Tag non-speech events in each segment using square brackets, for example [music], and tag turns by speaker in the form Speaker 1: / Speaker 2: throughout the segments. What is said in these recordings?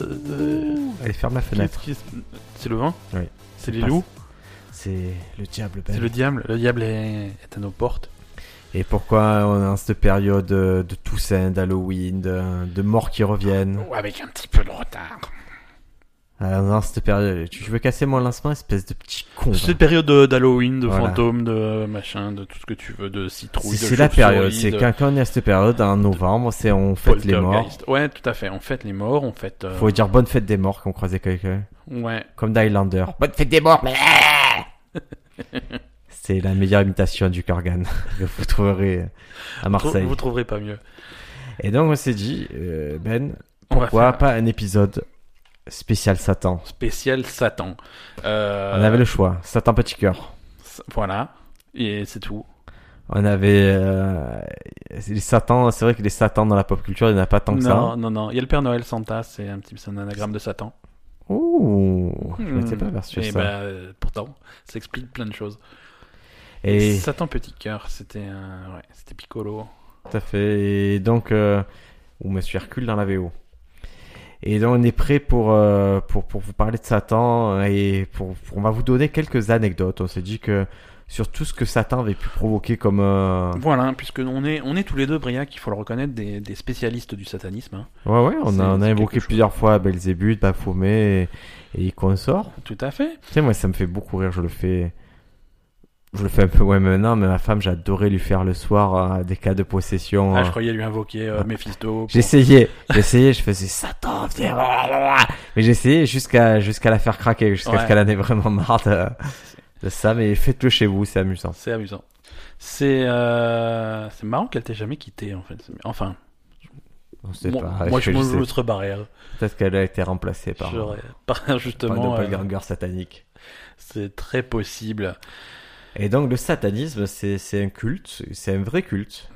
Speaker 1: de-
Speaker 2: Allez, ferme la fenêtre.
Speaker 1: Qu'est-ce qui- C'est le vent
Speaker 2: Oui.
Speaker 1: C'est les
Speaker 2: passe. Ben
Speaker 1: loups
Speaker 2: C'est le diable
Speaker 1: C'est
Speaker 2: belge.
Speaker 1: le diable Le diable est, est à nos portes.
Speaker 2: Et pourquoi on est en cette période euh, de Toussaint, d'Halloween, de, de morts qui reviennent
Speaker 1: Ou avec un petit peu de retard.
Speaker 2: Ah, On est en cette période. Tu veux casser mon lancement, espèce de petit con hein. va.
Speaker 1: Cette période de- d'Halloween, de
Speaker 2: Voilà.
Speaker 1: fantômes, de euh, machin, de tout ce que tu veux, de citrouille,
Speaker 2: C'est
Speaker 1: de
Speaker 2: c'est la
Speaker 1: chauve-souris,
Speaker 2: période. C'est
Speaker 1: de
Speaker 2: quand, quand on est à cette période, en novembre, c'est on fête les morts.
Speaker 1: poltergeist. Ouais, tout à fait. On fête les morts, on fête. euh,
Speaker 2: Faut dire bonne fête des morts quand on croisait quelqu'un.
Speaker 1: Ouais.
Speaker 2: Comme d'Highlander. [laughs] Bonne fête des morts, mais... C'est la meilleure imitation du Corgan [laughs] que vous trouverez à Marseille.
Speaker 1: Vous trouverez pas mieux.
Speaker 2: Et donc on s'est dit, euh, Ben,
Speaker 1: On va
Speaker 2: pourquoi
Speaker 1: faire
Speaker 2: pas un épisode spécial Satan
Speaker 1: un spécial Satan. Euh,
Speaker 2: On avait le choix, Satan Petit Cœur.
Speaker 1: Voilà. Et c'est tout.
Speaker 2: On avait... euh, les Satans, c'est vrai que les Satans dans la pop culture, il n'y en a pas tant que
Speaker 1: non,
Speaker 2: ça. hein.
Speaker 1: non, non. Il y a le Père Noël Santa, c'est un petit c'est un anagramme de Satan.
Speaker 2: Ouh, je
Speaker 1: Hmm.
Speaker 2: m'étais pas aperçu
Speaker 1: Et
Speaker 2: ça.
Speaker 1: bah, euh, pourtant, ça explique plein de choses.
Speaker 2: Et
Speaker 1: Satan Petit Cœur, c'était un... ouais, c'était Piccolo.
Speaker 2: tout à fait. Et donc, euh, ou Monsieur Hercule dans la VO. Et donc on est prêt pour, euh, pour, pour vous parler de Satan et pour, pour- on va vous donner quelques anecdotes. On s'est dit que sur tout ce que Satan avait pu provoquer comme... euh,
Speaker 1: Voilà, puisque on est, on est tous les deux, Briac, il faut le reconnaître, des, des spécialistes du satanisme. hein.
Speaker 2: Ouais, ouais, on
Speaker 1: C'est-
Speaker 2: a, on a
Speaker 1: c'est
Speaker 2: évoqué
Speaker 1: quelque chose.
Speaker 2: plusieurs fois Belzébuth, Baphomet et, et consorts.
Speaker 1: Tout à fait.
Speaker 2: Tu sais, moi, ça me fait beaucoup rire, je le fais. Je le fais un peu ouais maintenant, mais ma femme, j'adorais lui faire le soir euh, des cas de possession.
Speaker 1: Ah,
Speaker 2: euh.
Speaker 1: je croyais lui invoquer euh,
Speaker 2: Ah.
Speaker 1: Mephisto. pour-
Speaker 2: J'essayais, j'essayais, je faisais Satan, viens, blablabla. mais j'essayais jusqu'à jusqu'à la faire craquer, jusqu'à ce
Speaker 1: Ouais.
Speaker 2: qu'elle en ait vraiment marre de, de ça. Mais faites-le chez vous, c'est amusant.
Speaker 1: C'est amusant. C'est euh, c'est marrant qu'elle t'ait jamais quitté, en fait. Enfin,
Speaker 2: On sait
Speaker 1: moi,
Speaker 2: pas.
Speaker 1: moi, je
Speaker 2: est-ce que
Speaker 1: me
Speaker 2: sais-
Speaker 1: joue autre barrière.
Speaker 2: Peut-être qu'elle a été remplacée par,
Speaker 1: J'aurais-
Speaker 2: par
Speaker 1: [laughs] Par
Speaker 2: un
Speaker 1: justement, euh,
Speaker 2: doppelganger satanique.
Speaker 1: c'est très possible.
Speaker 2: Et donc le satanisme, c'est c'est un culte, c'est un vrai culte.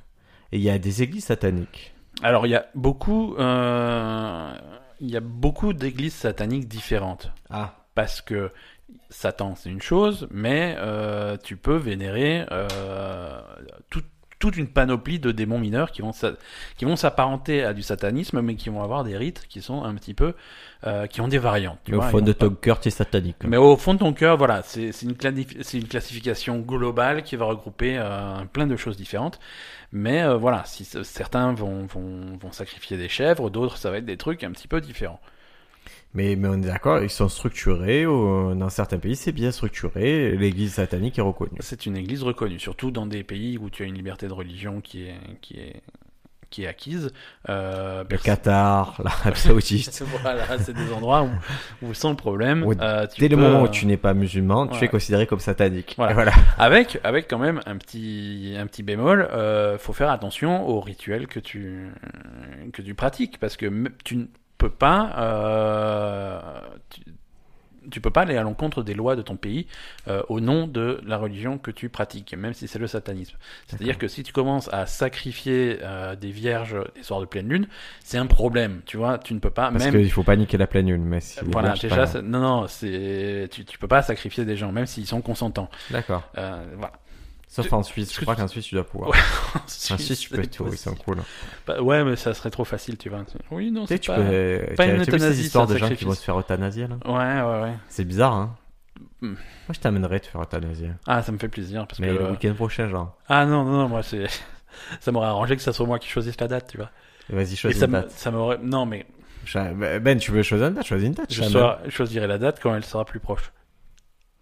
Speaker 2: Et il y a des églises sataniques.
Speaker 1: Alors, il y a beaucoup, euh, il y a beaucoup d'églises sataniques différentes.
Speaker 2: Ah.
Speaker 1: Parce que Satan, c'est une chose, mais euh, tu peux vénérer euh, tout- toute une panoplie de démons mineurs qui vont s'a- qui vont s'apparenter à du satanisme, mais qui vont avoir des rites qui sont un petit peu, euh, qui ont des variantes. tu
Speaker 2: au
Speaker 1: vois,
Speaker 2: fond
Speaker 1: ils
Speaker 2: de
Speaker 1: vont pas-
Speaker 2: ton cœur, t'es satanique.
Speaker 1: Mais au fond de ton cœur, voilà, c'est c'est une, clanifi- c'est une classification globale qui va regrouper euh, plein de choses différentes. Mais euh, voilà, si c- certains vont, vont, vont sacrifier des chèvres, d'autres ça va être des trucs un petit peu différents.
Speaker 2: Mais, mais on est d'accord, ils sont structurés. au- Dans certains pays, c'est bien structuré. L'église satanique est reconnue.
Speaker 1: C'est une église reconnue, surtout dans des pays où tu as une liberté de religion qui est, qui est, qui est acquise. Euh,
Speaker 2: Le
Speaker 1: perso-
Speaker 2: Qatar, [laughs] l'Arabie Saoudite.
Speaker 1: [laughs] voilà, c'est des endroits où, où sans problème.
Speaker 2: Où
Speaker 1: euh, tu
Speaker 2: Dès le
Speaker 1: peux,
Speaker 2: moment où
Speaker 1: euh,
Speaker 2: tu n'es pas musulman, tu
Speaker 1: ouais.
Speaker 2: es considéré comme satanique.
Speaker 1: Voilà.
Speaker 2: Et voilà.
Speaker 1: Avec, avec quand même un petit, un petit bémol, euh, faut faire attention aux rituels que tu, que tu pratiques, parce que m- tu ne peux pas, euh, tu, tu peux pas aller à l'encontre des lois de ton pays euh, au nom de la religion que tu pratiques, même si c'est le satanisme. C'est-à-dire que si tu commences à sacrifier euh, des vierges les soirs de pleine lune, c'est un problème, tu vois, tu ne peux pas,
Speaker 2: Parce
Speaker 1: même
Speaker 2: qu'il faut pas niquer la pleine lune. Mais si
Speaker 1: voilà,
Speaker 2: bien, je sais
Speaker 1: déjà,
Speaker 2: pas.
Speaker 1: c'est- non, non, c'est, tu, tu peux pas sacrifier des gens, même s'ils sont consentants.
Speaker 2: D'accord.
Speaker 1: Euh, voilà.
Speaker 2: Sauf
Speaker 1: Tu-
Speaker 2: en Suisse, je
Speaker 1: tu-
Speaker 2: crois qu'en Suisse, tu dois pouvoir.
Speaker 1: Ouais,
Speaker 2: En Suisse, Ah, tu peux tout, ils sont cool.
Speaker 1: Bah ouais, mais ça serait trop facile, tu vois. Oui, non,
Speaker 2: Tu sais,
Speaker 1: c'est
Speaker 2: tu
Speaker 1: pas...
Speaker 2: peux.
Speaker 1: pas une
Speaker 2: t'as- T'as vu ces
Speaker 1: euthanasie,
Speaker 2: histoires
Speaker 1: c'est un
Speaker 2: de gens qui
Speaker 1: sacrifice.
Speaker 2: vont se faire euthanasier là
Speaker 1: Ouais, ouais, ouais.
Speaker 2: C'est bizarre, hein
Speaker 1: Hmm.
Speaker 2: Moi, je t'amènerais de faire euthanasier.
Speaker 1: Ah, ça me fait plaisir, parce
Speaker 2: Mais
Speaker 1: que... euh,
Speaker 2: le week-end prochain, genre.
Speaker 1: Ah non, non, non, moi, c'est... [laughs] ça m'aurait arrangé que ça soit moi qui choisisse la date, tu vois.
Speaker 2: Vas-y,
Speaker 1: Et
Speaker 2: choisis
Speaker 1: ça
Speaker 2: une
Speaker 1: me-
Speaker 2: date.
Speaker 1: ça m'aurait... Non, mais
Speaker 2: Cha- Ben, tu veux choisir une date Choisis une date.
Speaker 1: je,
Speaker 2: Chaman.
Speaker 1: sois- je choisirai la date quand elle sera plus proche.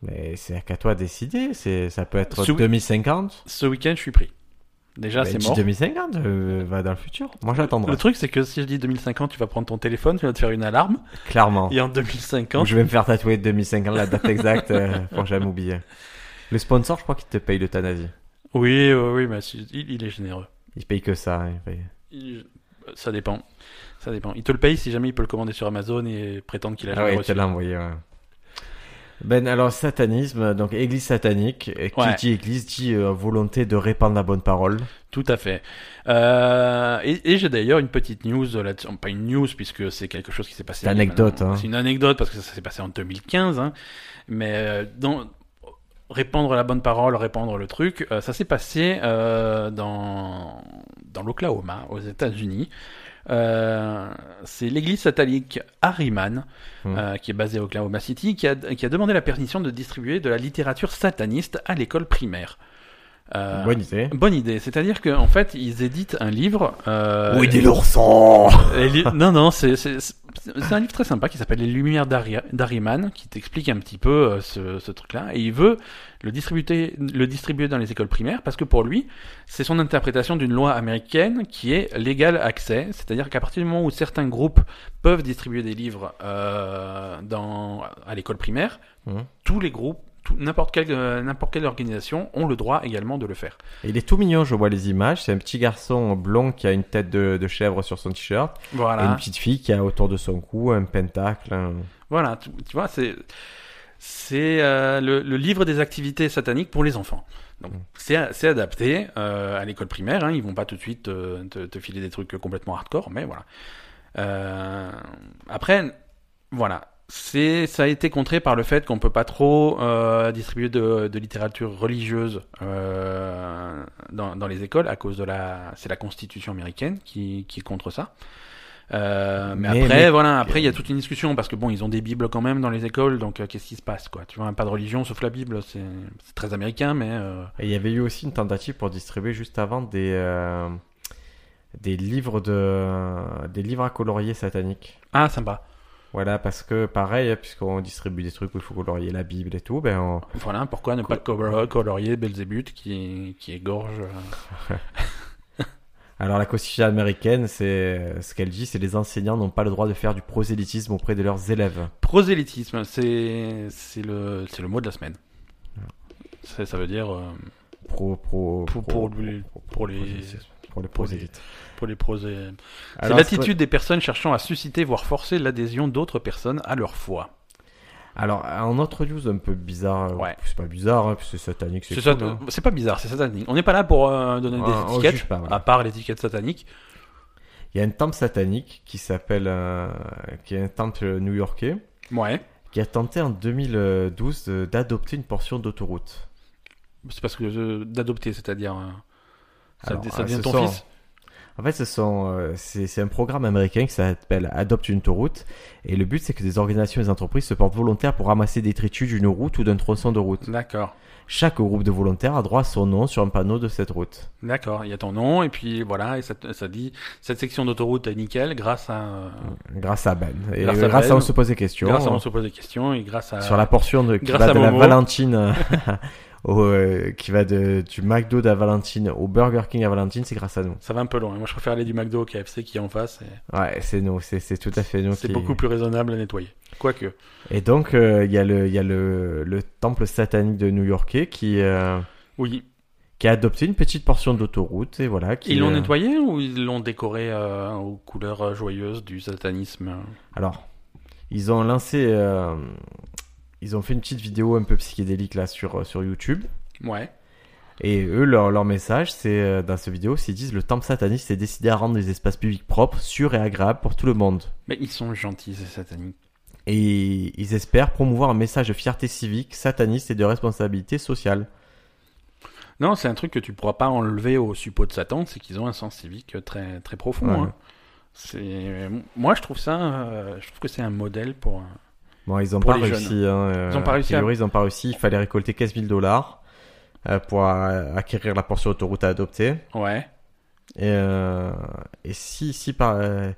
Speaker 2: Mais c'est qu'à toi de décider. C'est... Ça peut être
Speaker 1: Ce week-
Speaker 2: 2050.
Speaker 1: Ce week-end, je suis pris. Déjà,
Speaker 2: Ben,
Speaker 1: c'est
Speaker 2: dis
Speaker 1: mort.
Speaker 2: 2050, euh, va dans le futur. Moi, j'attendrai.
Speaker 1: [laughs] Le truc, c'est que si je dis 2050, tu vas prendre ton téléphone, tu vas te faire une alarme,
Speaker 2: Clairement.
Speaker 1: et en
Speaker 2: Ou
Speaker 1: 2050...
Speaker 2: Oh. je vais me faire tatouer 2050, la date exacte, euh, [laughs] pour jamais oublier. Le sponsor, je crois qu'il te paye l'euthanasie.
Speaker 1: Oui, oui, oui, mais si- il, il est généreux.
Speaker 2: Il paye que ça. hein, il paye.
Speaker 1: Il- Ça dépend. Ça dépend. Il te le paye si jamais il peut le commander sur Amazon et prétendre qu'il a
Speaker 2: Ah
Speaker 1: jamais
Speaker 2: ouais, il te
Speaker 1: reçu.
Speaker 2: l'a envoyé, ouais. Ben, alors, satanisme, donc église satanique. Et qui
Speaker 1: Ouais.
Speaker 2: dit église dit euh, volonté de répandre la bonne parole.
Speaker 1: Tout à fait. Euh, et et j'ai d'ailleurs une petite news là-dessus. Pas une news, puisque c'est quelque chose qui s'est passé.
Speaker 2: C'est anecdote, hein.
Speaker 1: C'est une anecdote, parce que ça s'est passé en 2015. hein. Mais euh, dans répandre la bonne parole, répandre le truc, euh, ça s'est passé euh, dans, dans l'Oklahoma, aux États-Unis. Euh, c'est l'église satanique Harriman,
Speaker 2: Hmm.
Speaker 1: euh, qui est basée à Oklahoma City, qui a, qui a demandé la permission de distribuer de la littérature sataniste à l'école primaire. Euh,
Speaker 2: Bonne idée.
Speaker 1: bonne idée. C'est-à-dire qu'en fait, ils éditent un livre. euh,
Speaker 2: l'ourson
Speaker 1: [laughs] les li- Non, non, c'est c'est- c'est- c'est un livre très sympa qui s'appelle Les Lumières d'Ari- d'Ariman, qui t'explique un petit peu euh, ce, ce truc-là. Et il veut le distribuer, le distribuer dans les écoles primaires parce que pour lui, c'est son interprétation d'une loi américaine qui est l'égal accès. C'est-à-dire qu'à partir du moment où certains groupes peuvent distribuer des livres euh, dans, à l'école primaire,
Speaker 2: Mhm.
Speaker 1: tous les groupes, tout- n'importe quelle, euh, n'importe quelle organisation ont le droit également de le faire.
Speaker 2: Il est tout mignon, je vois les images. C'est un petit garçon blond qui a une tête de, de chèvre sur son t-shirt.
Speaker 1: Voilà.
Speaker 2: Et une petite fille qui a autour de son cou un pentacle. un-
Speaker 1: Voilà, tu, tu vois, c'est c'est euh, le, le livre des activités sataniques pour les enfants. Donc
Speaker 2: Mm.
Speaker 1: c'est c'est adapté euh, à l'école primaire. Hein, ils vont pas tout de suite euh, te, te filer des trucs complètement hardcore, mais voilà. Euh, après, voilà. C'est, ça a été contré par le fait qu'on peut pas trop euh, distribuer de, de littérature religieuse euh, dans, dans les écoles à cause de la, c'est la Constitution américaine qui, qui est contre ça. Euh, mais,
Speaker 2: Mais-
Speaker 1: après,
Speaker 2: mais-
Speaker 1: voilà, après il y a toute une discussion parce que bon, ils ont des bibles quand même dans les écoles, donc euh, qu'est-ce qui se passe quoi Tu vois, pas de religion sauf la Bible, c'est, c'est très américain, mais euh,
Speaker 2: Et il y avait eu aussi une tentative pour distribuer juste avant des, euh, des livres de des livres à colorier sataniques.
Speaker 1: ah sympa.
Speaker 2: Voilà, parce que pareil, hein, puisqu'on distribue des trucs où il faut colorier la Bible et tout, ben on-
Speaker 1: Voilà, pourquoi ne pas colo- colorier Belzébuth qui qui égorge euh,
Speaker 2: alors la constitution américaine, c'est euh, ce qu'elle dit, c'est les enseignants n'ont pas le droit de faire du prosélytisme auprès de leurs élèves.
Speaker 1: Prosélytisme, c'est c'est le c'est le mot de la semaine. Ça, ça veut dire euh,
Speaker 2: Pro, pro,
Speaker 1: Pour-
Speaker 2: pro-
Speaker 1: pour lui-
Speaker 2: pro- pro-
Speaker 1: pour les-
Speaker 2: prosélytisme, pour les
Speaker 1: pour les-
Speaker 2: prosélytes.
Speaker 1: pour les prosé. C'est
Speaker 2: Alors,
Speaker 1: l'attitude des personnes cherchant à susciter voire forcer l'adhésion d'autres personnes à leur foi.
Speaker 2: Alors, en autre news un peu bizarre, euh,
Speaker 1: Ouais.
Speaker 2: c'est pas bizarre, hein, puis c'est satanique, c'est
Speaker 1: C'est
Speaker 2: cool.
Speaker 1: ça-
Speaker 2: hein.
Speaker 1: c'est pas bizarre, c'est satanique. On n'est pas là pour euh, donner
Speaker 2: Ah,
Speaker 1: des
Speaker 2: on
Speaker 1: étiquettes,
Speaker 2: juge pas, voilà.
Speaker 1: à part l'étiquette satanique.
Speaker 2: Il y a un temple satanique qui s'appelle, euh, qui est un temple new-yorkais,
Speaker 1: Ouais.
Speaker 2: qui a tenté en 2012 de- euh, d'adopter une portion d'autoroute.
Speaker 1: C'est parce que euh, d'adopter, c'est-à-dire euh, ça,
Speaker 2: Alors,
Speaker 1: dé- ça
Speaker 2: euh,
Speaker 1: devient
Speaker 2: ce
Speaker 1: ton
Speaker 2: sont-
Speaker 1: fils.
Speaker 2: En fait, ce sont, euh, c'est c'est un programme américain qui s'appelle Adopte une autoroute, et le but c'est que des organisations et des entreprises se portent volontaires pour ramasser des détritus d'une route ou d'un tronçon de route.
Speaker 1: D'accord,
Speaker 2: Chaque groupe de volontaires a droit à son nom sur un panneau de cette route.
Speaker 1: d'accord. Il y a ton nom et puis voilà, et ça, te- ça dit cette section d'autoroute est nickel grâce à euh,
Speaker 2: Grâce à Ben. Et
Speaker 1: Grâce
Speaker 2: grâce,
Speaker 1: à
Speaker 2: à,
Speaker 1: Ben.
Speaker 2: on se pose des questions.
Speaker 1: grâce à on se pose des questions et grâce à
Speaker 2: sur la portion de, qui
Speaker 1: Grâce à
Speaker 2: va de la
Speaker 1: Momo.
Speaker 2: Valentine [laughs] au, euh, qui va de, du McDo de la Valentine au Burger King à Valentine, c'est grâce à nous.
Speaker 1: Ça va un peu loin. Moi, je préfère aller du McDo au KFC qui est en face. et
Speaker 2: Ouais, c'est nous, c'est c'est tout à fait nous.
Speaker 1: C'est
Speaker 2: qui-
Speaker 1: beaucoup plus raisonnable à nettoyer. Quoique.
Speaker 2: Et donc euh, il y a le il y a le, le temple satanique de New Yorkais qui euh,
Speaker 1: Oui.
Speaker 2: qui a adopté une petite portion d'autoroute et voilà qui
Speaker 1: Ils l'ont
Speaker 2: euh,
Speaker 1: nettoyé ou ils l'ont décoré euh, aux couleurs joyeuses du satanisme euh
Speaker 2: Alors, ils ont lancé euh, ils ont fait une petite vidéo un peu psychédélique là sur euh, sur YouTube.
Speaker 1: Ouais.
Speaker 2: Et eux, leur, leur message, c'est euh, dans cette vidéo, c'est ils disent le temple sataniste s'est décidé à rendre les espaces publics propres, sûrs et agréables pour tout le monde.
Speaker 1: Mais ils sont gentils, ces sataniques.
Speaker 2: Et ils espèrent promouvoir un message de fierté civique, sataniste et de responsabilité sociale.
Speaker 1: Non, c'est un truc que tu pourras pas enlever aux suppôts de Satan, c'est qu'ils ont un sens civique très, très profond.
Speaker 2: Ouais.
Speaker 1: hein. C'est... Moi, je trouve ça. euh, je trouve que c'est un modèle pour. un-
Speaker 2: Bon, ils n'ont
Speaker 1: Pour
Speaker 2: pas
Speaker 1: les
Speaker 2: réussi. hein, euh,
Speaker 1: Ils ont pas réussi
Speaker 2: a priori, ils ont pas réussi. Il fallait récolter 15 000 dollars pour euh, acquérir la portion d'autoroute à adopter.
Speaker 1: Ouais.
Speaker 2: Et, euh, et si, si par. euh,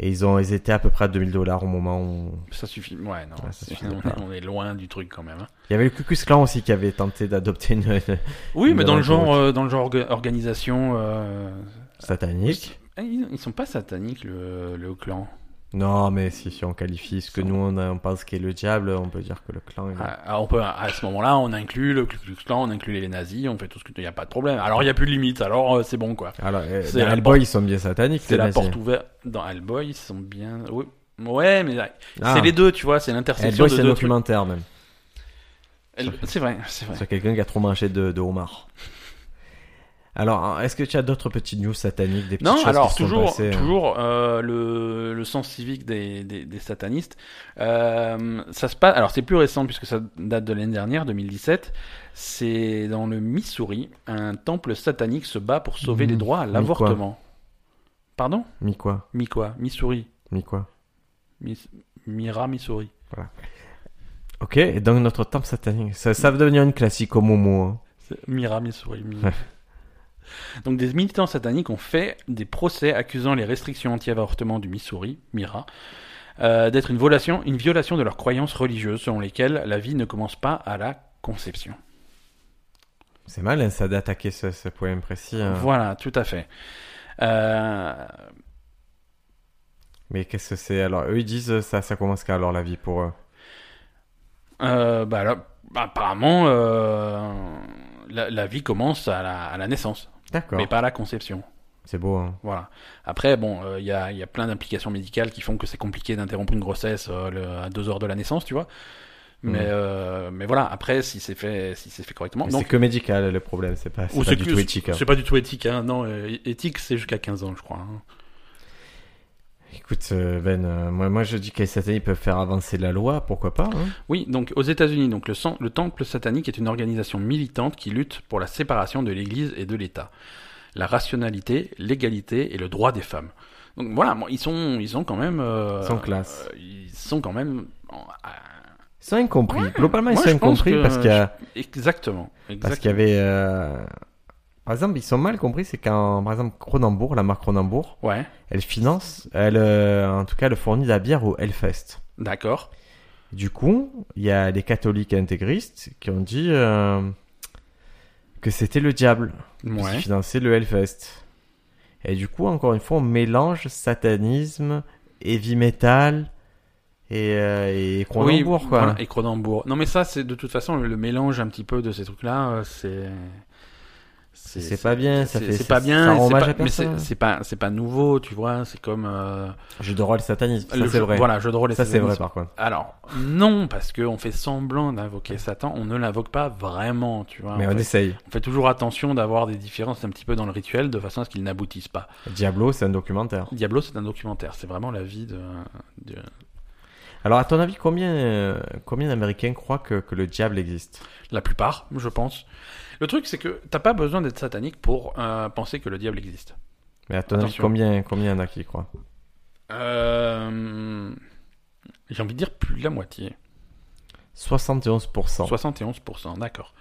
Speaker 2: et ils, ont, ils étaient à peu près à 2000 dollars au moment où.
Speaker 1: Ça suffit. Ouais, non.
Speaker 2: Ouais, ça
Speaker 1: c'est-
Speaker 2: suffit
Speaker 1: on,
Speaker 2: pas.
Speaker 1: est, on est loin du truc quand même. hein.
Speaker 2: Il y avait le Ku Klux Klan aussi qui avait tenté d'adopter une
Speaker 1: Oui,
Speaker 2: Une
Speaker 1: mais dans le
Speaker 2: bonne
Speaker 1: genre,
Speaker 2: route.
Speaker 1: euh, dans le genre orga- organisation. euh,
Speaker 2: satanique.
Speaker 1: Ah, Ils, ils sont pas sataniques, le, le clan.
Speaker 2: Non, mais si, si on qualifie ce que nous on, a- on pense qu'est le diable, on peut dire que le clan. il est-
Speaker 1: Ah, ah, on peut, à ce moment-là, on inclut le Ku Klux Klan, on inclut les nazis, on fait tout ce que. Il n'y a pas de problème. Alors, il n'y a plus de limite, alors euh, c'est bon, quoi.
Speaker 2: Alors, euh,
Speaker 1: c'est
Speaker 2: dans
Speaker 1: la
Speaker 2: Hellboy, ils sont bien sataniques.
Speaker 1: C'est
Speaker 2: les
Speaker 1: la
Speaker 2: nazis.
Speaker 1: porte ouverte. Dans Hellboy, ils sont bien. Oui. Ouais, mais là,
Speaker 2: Ah,
Speaker 1: c'est les deux, tu vois, c'est l'intersection
Speaker 2: Hellboy,
Speaker 1: de
Speaker 2: c'est un
Speaker 1: deux trucs.
Speaker 2: documentaire même.
Speaker 1: Hell- C'est vrai, c'est vrai.
Speaker 2: Sur quelqu'un qui a trop mangé de, de homard. Alors, est-ce que tu as d'autres petites news sataniques, des petites
Speaker 1: Non,
Speaker 2: choses
Speaker 1: alors
Speaker 2: qui se sont
Speaker 1: toujours,
Speaker 2: passées, hein
Speaker 1: toujours euh, le, le sens civique des, des, des satanistes. Euh, ça se passe. Alors c'est plus récent puisque ça date de l'année dernière, 2017. C'est dans le Missouri, un temple satanique se bat pour sauver
Speaker 2: Mmh,
Speaker 1: les droits à
Speaker 2: oui,
Speaker 1: l'avortement. Pardon
Speaker 2: Mi quoi
Speaker 1: Mi quoi Mi souris.
Speaker 2: Mi quoi
Speaker 1: Mi, mi rat, mi souris.
Speaker 2: Ok, et donc notre temple satanique. Ça, ça va devenir une classique au Momo. Hein.
Speaker 1: C'est Mi rat, mi souris. mi-
Speaker 2: Ouais.
Speaker 1: [laughs] Donc des militants sataniques ont fait des procès accusant les restrictions anti-avortement du Missouri, Mira, euh, d'être une violation, une violation de leurs croyances religieuses selon lesquelles la vie ne commence pas à la conception.
Speaker 2: C'est mal, hein, ça, d'attaquer ce, ce poème précis. hein.
Speaker 1: Voilà, tout à fait. Euh,
Speaker 2: Mais qu'est-ce que c'est Alors, eux, ils disent euh, ça, ça commence quand alors la vie pour eux
Speaker 1: euh, bah, là, bah, apparemment, euh, la, la vie commence à la, à la naissance,
Speaker 2: D'accord.
Speaker 1: mais pas à la conception.
Speaker 2: C'est beau, hein.
Speaker 1: Voilà. Après, bon, euh, il y, a, il y a plein d'implications médicales qui font que c'est compliqué d'interrompre une grossesse euh, le- à deux heures de la naissance, tu vois. Mais,
Speaker 2: Mhm.
Speaker 1: euh, mais voilà, après, si c'est fait, si c'est fait correctement.
Speaker 2: Mais
Speaker 1: non.
Speaker 2: C'est que médical le problème, c'est pas, c'est
Speaker 1: Ou
Speaker 2: pas
Speaker 1: c'est
Speaker 2: du
Speaker 1: que-
Speaker 2: tout éthique. hein.
Speaker 1: C'est pas du tout éthique, hein. Non, euh, éthique, c'est jusqu'à 15 ans, je crois. hein.
Speaker 2: Écoute, euh, Ben, euh, moi, moi je dis que les satanistes peuvent faire avancer la loi, pourquoi pas hein.
Speaker 1: Oui, donc aux États-Unis, donc le, san- le Temple satanique est une organisation militante qui lutte pour la séparation de l'Église et de l'État, la rationalité, l'égalité et le droit des femmes. Donc voilà, bon, ils sont, ils sont quand même, euh,
Speaker 2: Ils sont classe.
Speaker 1: euh, ils sont quand même en- à-
Speaker 2: Ils sont incompris. Globalement, ils
Speaker 1: Moi,
Speaker 2: sont
Speaker 1: je pense
Speaker 2: incompris
Speaker 1: que-
Speaker 2: parce qu'il y a-
Speaker 1: Exactement.
Speaker 2: parce qu'il y
Speaker 1: exactement.
Speaker 2: avait. euh, Par exemple, ils sont mal compris, c'est quand, par exemple, Cronenbourg, la marque Cronenbourg,
Speaker 1: Ouais,
Speaker 2: elle finance, elle, euh, en tout cas, elle fournit de la bière au Hellfest.
Speaker 1: d'accord.
Speaker 2: Du coup, il y a les catholiques intégristes qui ont dit euh, que c'était le diable qui
Speaker 1: Ouais.
Speaker 2: finançait le Hellfest. Et du coup, encore une fois, on mélange satanisme, heavy metal et, euh, et Cronenbourg, quoi.
Speaker 1: voilà, et Cronenbourg. Non, mais ça, c'est de toute façon le mélange un petit peu de ces trucs-là, euh, c'est.
Speaker 2: C'est pas bien, ça
Speaker 1: c'est-
Speaker 2: fait-
Speaker 1: c'est
Speaker 2: ça-
Speaker 1: pas
Speaker 2: ça
Speaker 1: bien,
Speaker 2: rend
Speaker 1: c'est
Speaker 2: hommage
Speaker 1: pas-
Speaker 2: à
Speaker 1: mais c'est
Speaker 2: personne.
Speaker 1: c'est pas, c'est pas nouveau, tu vois. C'est comme euh,
Speaker 2: Jeu de rôle satanisme, ça
Speaker 1: le
Speaker 2: c'est
Speaker 1: jeu-
Speaker 2: vrai.
Speaker 1: Voilà, jeu de rôle. et
Speaker 2: Ça c'est vrai
Speaker 1: satanisme.
Speaker 2: par contre.
Speaker 1: Alors non, parce que on fait semblant d'invoquer Satan, on ne l'invoque pas vraiment, tu vois.
Speaker 2: Mais
Speaker 1: on,
Speaker 2: on
Speaker 1: fait,
Speaker 2: essaye.
Speaker 1: on fait toujours attention d'avoir des différences un petit peu dans le rituel, de façon à ce qu'il n'aboutisse pas.
Speaker 2: Diablo, c'est un documentaire.
Speaker 1: Diablo, c'est un documentaire. C'est vraiment la vie de. de-
Speaker 2: Alors à ton avis, combien, euh, combien d'Américains croient que, que le diable existe
Speaker 1: La plupart, je pense. Le truc, c'est que t'as pas besoin d'être satanique pour euh, penser que le diable existe.
Speaker 2: Mais à ton avis,
Speaker 1: Attention.
Speaker 2: combien, combien y en a qui y croient
Speaker 1: Euh, J'ai envie de dire plus de la moitié.
Speaker 2: 71%.
Speaker 1: 71%, d'accord.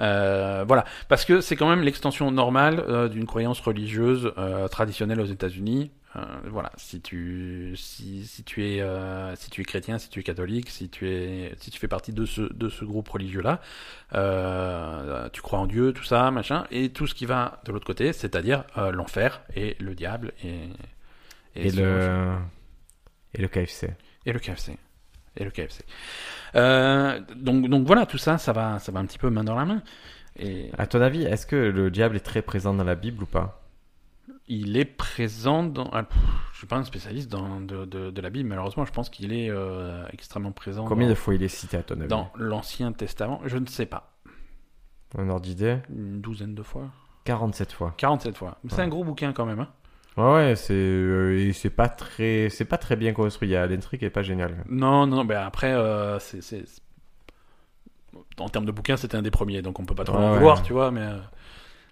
Speaker 1: Euh, voilà, parce que c'est quand même l'extension normale euh, d'une croyance religieuse euh, traditionnelle aux États-Unis. Euh, voilà, si tu si, si tu es euh, si tu es chrétien, si tu es catholique, si tu es si tu fais partie de ce de ce groupe religieux là, tu crois en Dieu, tout ça, machin, et tout ce qui va de l'autre côté, c'est-à-dire euh, l'enfer et le diable et
Speaker 2: Et,
Speaker 1: ce-
Speaker 2: le... et le KFC.
Speaker 1: et le KFC. Et le KFC. Euh, donc, donc voilà, tout ça, ça va, ça va un petit peu main dans la main. Et
Speaker 2: À ton avis, est-ce que le diable est très présent dans la Bible ou pas
Speaker 1: il est présent dans. ah, pff, je suis pas un spécialiste dans, de, de- de la Bible, malheureusement, je pense qu'il est euh, extrêmement présent
Speaker 2: Combien de
Speaker 1: dans,
Speaker 2: fois il est cité à ton avis
Speaker 1: dans l'Ancien Testament. Je ne sais pas.
Speaker 2: Un ordre d'idée
Speaker 1: Une douzaine de fois
Speaker 2: 47 fois.
Speaker 1: 47 fois. Mais C'est un gros bouquin quand même. hein.
Speaker 2: Ouais, ouais, c'est euh, et c'est pas très c'est pas très bien construit. Il y a- L'intrigue est pas géniale.
Speaker 1: Non, non, ben après, euh, c'est. c'est- c'est- En termes de bouquin, c'était un des premiers, donc on peut pas trop
Speaker 2: Ouais,
Speaker 1: en
Speaker 2: ouais.
Speaker 1: vouloir, tu vois, mais euh,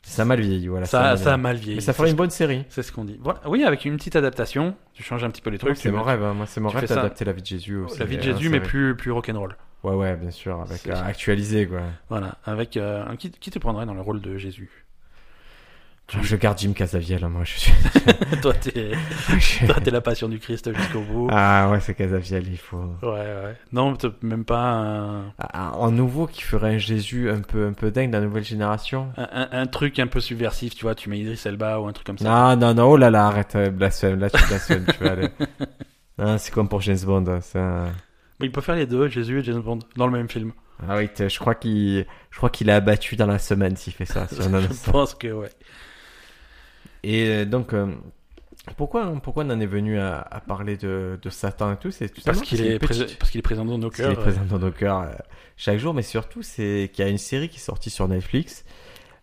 Speaker 2: Ça mal vieilli, voilà.
Speaker 1: ça,
Speaker 2: ça a
Speaker 1: ça a
Speaker 2: mal vieilli.
Speaker 1: mal vieilli.
Speaker 2: Mais ça
Speaker 1: C'est
Speaker 2: ferait une bonne série.
Speaker 1: C'est ce qu'on dit. Voilà. Oui, avec une petite adaptation, tu changes un petit peu les
Speaker 2: Moi,
Speaker 1: trucs. tu
Speaker 2: C'est mon
Speaker 1: mets
Speaker 2: rêve, hein. moi c'est mon
Speaker 1: tu
Speaker 2: rêve
Speaker 1: fais ça- Oh,
Speaker 2: d'adapter la vie de Jésus aussi.
Speaker 1: La vie de
Speaker 2: euh,
Speaker 1: Jésus,
Speaker 2: en
Speaker 1: mais
Speaker 2: série.
Speaker 1: plus, plus rock'n'roll.
Speaker 2: Ouais, ouais, bien sûr, avec
Speaker 1: C'est-
Speaker 2: euh, actualisé quoi.
Speaker 1: Voilà. Avec euh, un- qui, qui te prendrait dans le rôle de Jésus [laughs] Tu-
Speaker 2: Je garde Jim Casaviel, hein, moi je suis. [laughs]
Speaker 1: Toi, t'es
Speaker 2: je-
Speaker 1: toi, t'es la passion du Christ jusqu'au bout.
Speaker 2: ah ouais, c'est Casaviel, il faut.
Speaker 1: Ouais, ouais. Non, t'as même pas un, un,
Speaker 2: Ah, En nouveau qui ferait un Jésus un peu un peu dingue de la nouvelle génération.
Speaker 1: un- un truc un peu subversif, tu vois. Tu mets Idris Elba ou un truc comme ça.
Speaker 2: Non, non, non, oh là là, arrête, euh, blasphème, là tu blasphèmes, tu
Speaker 1: [laughs]
Speaker 2: vas aller. Non, c'est comme pour James Bond, hein, c'est un-
Speaker 1: Mais il peut faire les deux, Jésus et James Bond, dans le même film.
Speaker 2: Ah oui, t'es- je crois qu'il, je crois qu'il a abattu dans la semaine s'il fait ça. si on en a
Speaker 1: [laughs] Je
Speaker 2: ça.
Speaker 1: pense que, ouais.
Speaker 2: Et euh, donc, euh, pourquoi, pourquoi on en est venu à, à parler de, de Satan et tout C'est tout
Speaker 1: Parce
Speaker 2: simplement
Speaker 1: qu'il
Speaker 2: c'est une
Speaker 1: est,
Speaker 2: petite-
Speaker 1: prés- parce qu'il est présent dans nos
Speaker 2: parce qu'il est
Speaker 1: cœurs.
Speaker 2: présent dans nos cœurs euh, chaque jour, mais surtout c'est qu'il y a une série qui est sortie sur Netflix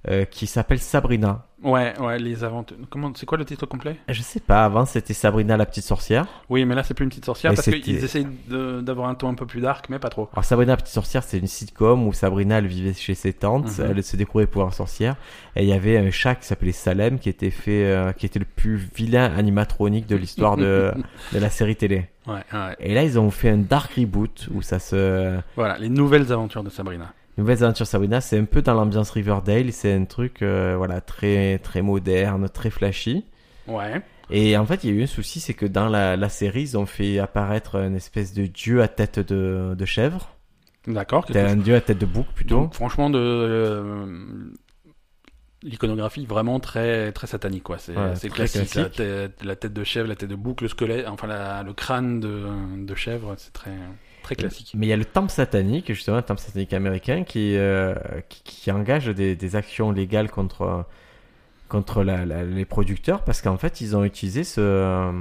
Speaker 2: euh, qui s'appelle Sabrina.
Speaker 1: Ouais, ouais, les aventures. Comment, c'est quoi le titre complet
Speaker 2: Je sais pas, avant c'était Sabrina la petite sorcière.
Speaker 1: Oui, mais là, c'est plus une petite sorcière
Speaker 2: Mais
Speaker 1: parce
Speaker 2: c'était-
Speaker 1: qu'ils essayent de- d'avoir un ton un peu plus dark, mais pas trop.
Speaker 2: Alors Sabrina la petite sorcière, c'est une sitcom où Sabrina elle vivait chez ses tantes,
Speaker 1: Mhm.
Speaker 2: elle se découvrait pouvoir sorcière, et il y avait un chat qui s'appelait Salem qui était fait, euh, qui était le plus vilain animatronique de
Speaker 1: [laughs]
Speaker 2: l'histoire de, de la série télé.
Speaker 1: Ouais, ouais.
Speaker 2: Et là ils ont fait un dark reboot où ça se
Speaker 1: Voilà, les nouvelles aventures de Sabrina.
Speaker 2: Nouvelles aventures Sabrina, c'est un peu dans l'ambiance Riverdale, c'est un truc euh, voilà très très moderne, très flashy.
Speaker 1: Ouais.
Speaker 2: Et en fait, il y a eu un souci, c'est que dans la, la série, ils ont fait apparaître une espèce de dieu à tête de, de chèvre,
Speaker 1: D'accord. quelque
Speaker 2: T'as un dieu à tête de bouc plutôt.
Speaker 1: Donc, franchement, de euh, l'iconographie vraiment très très satanique, quoi. C'est
Speaker 2: Ouais,
Speaker 1: c'est
Speaker 2: très
Speaker 1: classique.
Speaker 2: classique.
Speaker 1: La, tête, la tête de chèvre, la tête de bouc, le squelette, enfin la- le crâne de, de chèvre, c'est très très classique.
Speaker 2: Mais il y a le temple satanique, justement, le temple satanique américain qui, euh, qui, qui engage des, des actions légales contre, contre la- la- les producteurs parce qu'en fait, ils ont utilisé ce, euh,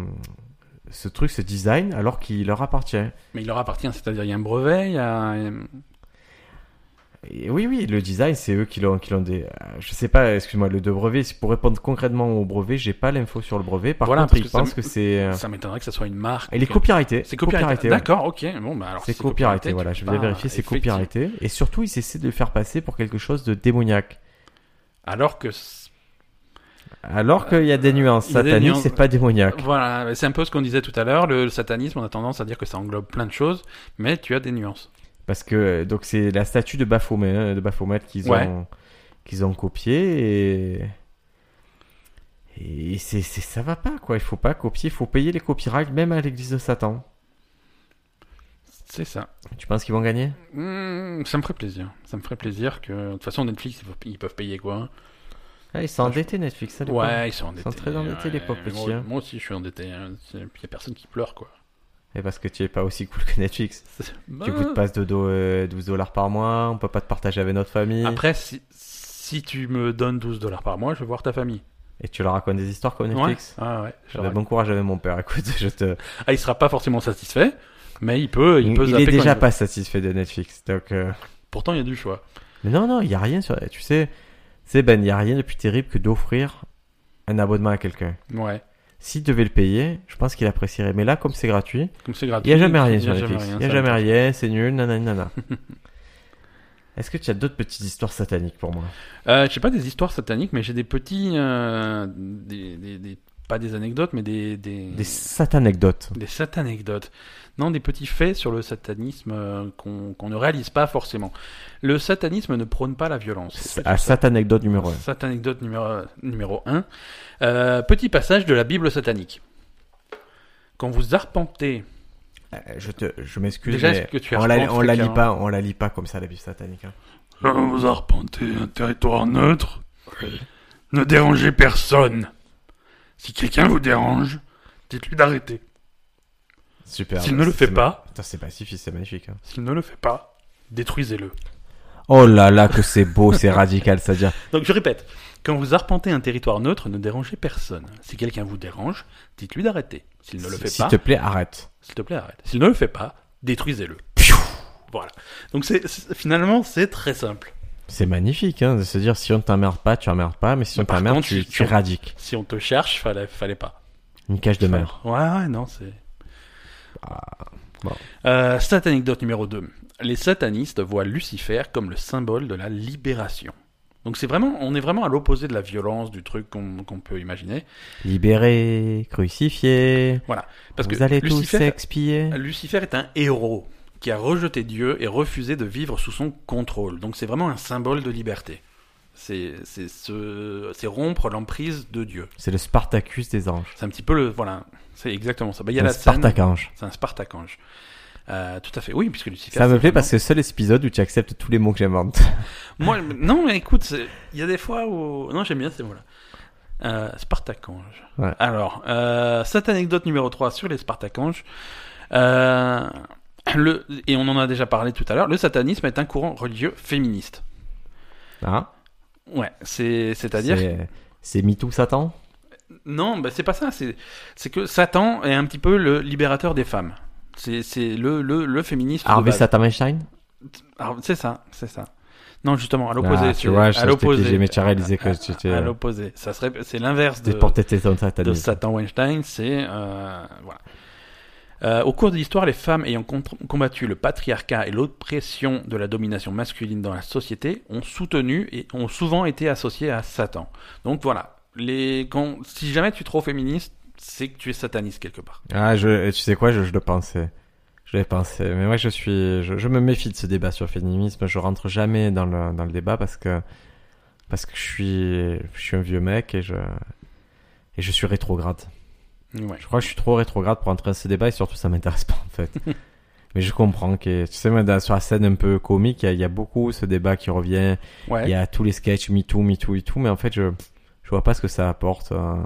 Speaker 2: ce truc, ce design, alors qu'il leur appartient.
Speaker 1: Mais il leur appartient, c'est-à-dire il y a un brevet, il y a un-
Speaker 2: Et oui, oui, le design, c'est eux qui l'ont, qui l'ont des. euh, Je sais pas, excuse-moi, le de brevet. si- Pour répondre concrètement au brevet, j'ai pas l'info sur le brevet. Par
Speaker 1: Voilà,
Speaker 2: contre,
Speaker 1: parce
Speaker 2: ils
Speaker 1: que ça
Speaker 2: pensent
Speaker 1: me-
Speaker 2: que c'est. euh,
Speaker 1: ça m'étonnerait que ça soit une marque.
Speaker 2: Elle est copyrightée.
Speaker 1: C'est copyrighté.
Speaker 2: ouais.
Speaker 1: D'accord, ok. Bon, bah alors
Speaker 2: C'est
Speaker 1: si copyrighté,
Speaker 2: copyrighté, voilà,
Speaker 1: tu
Speaker 2: je
Speaker 1: peux
Speaker 2: vais
Speaker 1: pas-
Speaker 2: vérifier, c'est
Speaker 1: effectivement.
Speaker 2: copyrighté. Et surtout, ils essaient de le faire passer pour quelque chose de démoniaque.
Speaker 1: Alors que c'est-
Speaker 2: Alors qu'il y a des nuances.
Speaker 1: il y a des
Speaker 2: Satanique,
Speaker 1: nuances.
Speaker 2: c'est pas démoniaque.
Speaker 1: voilà, mais c'est un peu ce qu'on disait tout à l'heure. Le, le satanisme, on a tendance à dire que ça englobe plein de choses, mais tu as des nuances.
Speaker 2: Parce que, euh, donc, c'est la statue de Baphomet, hein, de Baphomet qu'ils
Speaker 1: Ouais.
Speaker 2: ont, qu'ils ont copié et. Et c'est, c'est, ça va pas, quoi. Il faut pas copier, il faut payer les copyrights, même à l'église de Satan.
Speaker 1: C'est ça.
Speaker 2: Tu penses qu'ils vont gagner
Speaker 1: Hmm, ça me ferait plaisir. Ça me ferait plaisir que. De toute façon, Netflix, ils peuvent- ils peuvent payer quoi.
Speaker 2: ah, Ils sont endettés, Netflix, ça dépend.
Speaker 1: Ouais, ils sont endettés.
Speaker 2: sont très endettés, les pauvres
Speaker 1: mais
Speaker 2: petits,
Speaker 1: Moi,
Speaker 2: hein.
Speaker 1: moi aussi, je suis endetté. hein. C'est- Puis il y a personne qui pleure quoi.
Speaker 2: Et parce que tu es pas aussi cool que Netflix. [laughs]
Speaker 1: Bah
Speaker 2: Tu coûtes pas ce dodo, euh, 12 dollars par mois, on peut pas te partager avec notre famille.
Speaker 1: Après, si, si tu me donnes 12 dollars par mois, je vais voir ta famille.
Speaker 2: Et tu leur racontes des histoires comme Netflix.
Speaker 1: Ouais. Ah ouais. je
Speaker 2: J'avais
Speaker 1: leur-
Speaker 2: bon courage avec mon père, écoute, je te...
Speaker 1: Ah, il sera pas forcément satisfait, mais il peut. Il,
Speaker 2: Il,
Speaker 1: peut
Speaker 2: il
Speaker 1: zapper
Speaker 2: est
Speaker 1: quand
Speaker 2: déjà
Speaker 1: veut.
Speaker 2: pas satisfait de Netflix, donc... euh,
Speaker 1: Pourtant, il y a du choix.
Speaker 2: Mais non, non, il y a rien sur... Tu sais, c'est Ben, il y a rien de plus terrible que d'offrir un abonnement à quelqu'un.
Speaker 1: Ouais.
Speaker 2: S'il devait le payer, je pense qu'il apprécierait. Mais là, comme c'est gratuit,
Speaker 1: Comme c'est gratuit.
Speaker 2: il y a jamais rien
Speaker 1: il y a
Speaker 2: sur
Speaker 1: jamais
Speaker 2: Netflix.
Speaker 1: rien,
Speaker 2: Il y a
Speaker 1: ça
Speaker 2: jamais
Speaker 1: m'étonne.
Speaker 2: rien, c'est nul,
Speaker 1: [laughs]
Speaker 2: nanana. nanana. Est-ce que tu as d'autres petites histoires sataniques pour moi
Speaker 1: Euh, j'ai pas des histoires sataniques, mais j'ai des petits, euh, des, des- des- pas des anecdotes, mais des, des,
Speaker 2: Des satanecdotes.
Speaker 1: Des satanecdotes. Non, des petits faits sur le satanisme euh, qu'on qu'on ne réalise pas forcément. Le satanisme ne prône pas la violence. C'est
Speaker 2: À
Speaker 1: ça.
Speaker 2: satanecdote Ah, numéro 1.
Speaker 1: Satanecdote numéro, numéro 1. petit passage de la Bible satanique. Quand vous arpentez...
Speaker 2: Euh, je te, je m'excuse,
Speaker 1: Déjà,
Speaker 2: mais
Speaker 1: est-ce que tu
Speaker 2: on la,
Speaker 1: arpentes
Speaker 2: on la lit
Speaker 1: fréquemment
Speaker 2: pas, on la lit pas comme ça la Bible satanique. hein.
Speaker 3: Quand
Speaker 1: [laughs]
Speaker 3: vous arpentez un territoire neutre, ne dérangez personne. Si quelqu'un vous dérange, dites-lui d'arrêter.
Speaker 2: Super.
Speaker 1: S'il ne le fait
Speaker 2: C'est-
Speaker 1: pas,
Speaker 2: Putain, c'est pacifique, c'est magnifique. hein.
Speaker 1: s'il ne le fait pas, détruisez-le.
Speaker 2: Oh là là, que c'est beau, c'est radical, c'est-à-dire.
Speaker 1: Donc je répète, quand vous arpentez un territoire neutre, ne dérangez personne. Si quelqu'un vous dérange, dites-lui d'arrêter. S'il ne le fait
Speaker 2: S'il
Speaker 1: pas,
Speaker 2: te plaît, arrête.
Speaker 1: S'il te plaît, arrête. S'il ne le fait pas, détruisez-le. Voilà. Donc c'est c'est- finalement c'est très simple.
Speaker 2: C'est magnifique, hein, de se dire si on t'emmerde pas, tu emmerdes pas, mais si
Speaker 1: Mais
Speaker 2: on
Speaker 1: Bah, par
Speaker 2: t'emmerde,
Speaker 1: contre,
Speaker 2: tu,
Speaker 1: si-
Speaker 2: tu éradiques.
Speaker 1: Si on te cherche, fallait fallait pas.
Speaker 2: Une cage de mer.
Speaker 1: Ouais, ouais, non, c'est.
Speaker 2: Ah, bon.
Speaker 1: Euh, cette anecdote numéro 2. Les satanistes voient Lucifer comme le symbole de la libération. Donc c'est vraiment, on est vraiment à l'opposé de la violence du truc qu'on qu'on peut imaginer.
Speaker 2: Libéré, crucifié.
Speaker 1: Parce
Speaker 2: vous
Speaker 1: que
Speaker 2: allez tous
Speaker 1: Lucifer,
Speaker 2: s'expier.
Speaker 1: Lucifer est un héros qui a rejeté Dieu et refusé de vivre sous son contrôle. Donc c'est vraiment un symbole de liberté. C'est c'est se- c'est rompre l'emprise de Dieu.
Speaker 2: C'est le Spartacus des anges.
Speaker 1: C'est un petit peu le voilà. C'est exactement ça. Bah, il y a
Speaker 2: Le
Speaker 1: la scène-
Speaker 2: Spartacange.
Speaker 1: C'est un Spartacange. Euh, tout à fait. Oui, puisque Lucifer.
Speaker 2: Ça
Speaker 1: c'est
Speaker 2: me plaît
Speaker 1: vraiment-
Speaker 2: parce que c'est le seul épisode où tu acceptes tous les mots que j'invente. [laughs]
Speaker 1: Moi, non, mais écoute, c'est- il y a des fois où. Non, j'aime bien ces mots-là. Euh, Spartacange.
Speaker 2: Ouais.
Speaker 1: Alors, euh, cette anecdote numéro 3 sur les Spartacanges. Euh, le, et on en a déjà parlé tout à l'heure, le satanisme est un courant religieux féministe.
Speaker 2: Hein
Speaker 1: Ouais, c'est- c'est-à-dire
Speaker 2: C'est- C'est MeToo Satan
Speaker 1: Non, bah, c'est pas ça. C'est c'est que Satan est un petit peu le libérateur des femmes. C'est c'est le, le, le féministe. de
Speaker 2: Harvey
Speaker 1: base.
Speaker 2: Satan Weinstein
Speaker 1: Harvey- C'est ça, c'est ça. Non, justement, à l'opposé.
Speaker 2: Ah,
Speaker 1: si
Speaker 2: tu
Speaker 1: vous
Speaker 2: vois,
Speaker 1: voulez.
Speaker 2: je
Speaker 1: à
Speaker 2: sais
Speaker 1: l'opposé.
Speaker 2: que j'ai- mais tu as réalisé que
Speaker 1: À-
Speaker 2: tu euh,
Speaker 1: à-
Speaker 2: t'es-
Speaker 1: À l'opposé. Ça serait, c'est l'inverse de,
Speaker 2: Des portes étaient dans ta tête.
Speaker 1: de Satan Weinstein. C'est euh, voilà. Euh, au cours de l'histoire, les femmes ayant contre- combattu le patriarcat et l'oppression de la domination masculine dans la société ont soutenu et ont souvent été associées à Satan. Donc voilà, les, quand, si jamais tu es trop féministe, c'est que tu es sataniste quelque part.
Speaker 2: Ah, je, tu sais quoi, je, je le pensais. Je l'ai pensé. Mais moi, je suis, je, je me méfie de ce débat sur le féminisme. Je rentre jamais dans le, dans le débat parce que, parce que je suis, je suis un vieux mec et je, et je suis rétrograde.
Speaker 1: Ouais.
Speaker 2: Je crois que je suis trop rétrograde pour entrer dans ce débat et surtout, ça m'intéresse pas, en fait. Mais je comprends que, tu sais, moi, dans- sur la scène un peu comique, il y, a- il y a beaucoup ce débat qui revient. Il
Speaker 1: Ouais.
Speaker 2: y a tous les sketchs, me too, me too et tout, mais en fait, je, je vois pas ce que ça apporte euh,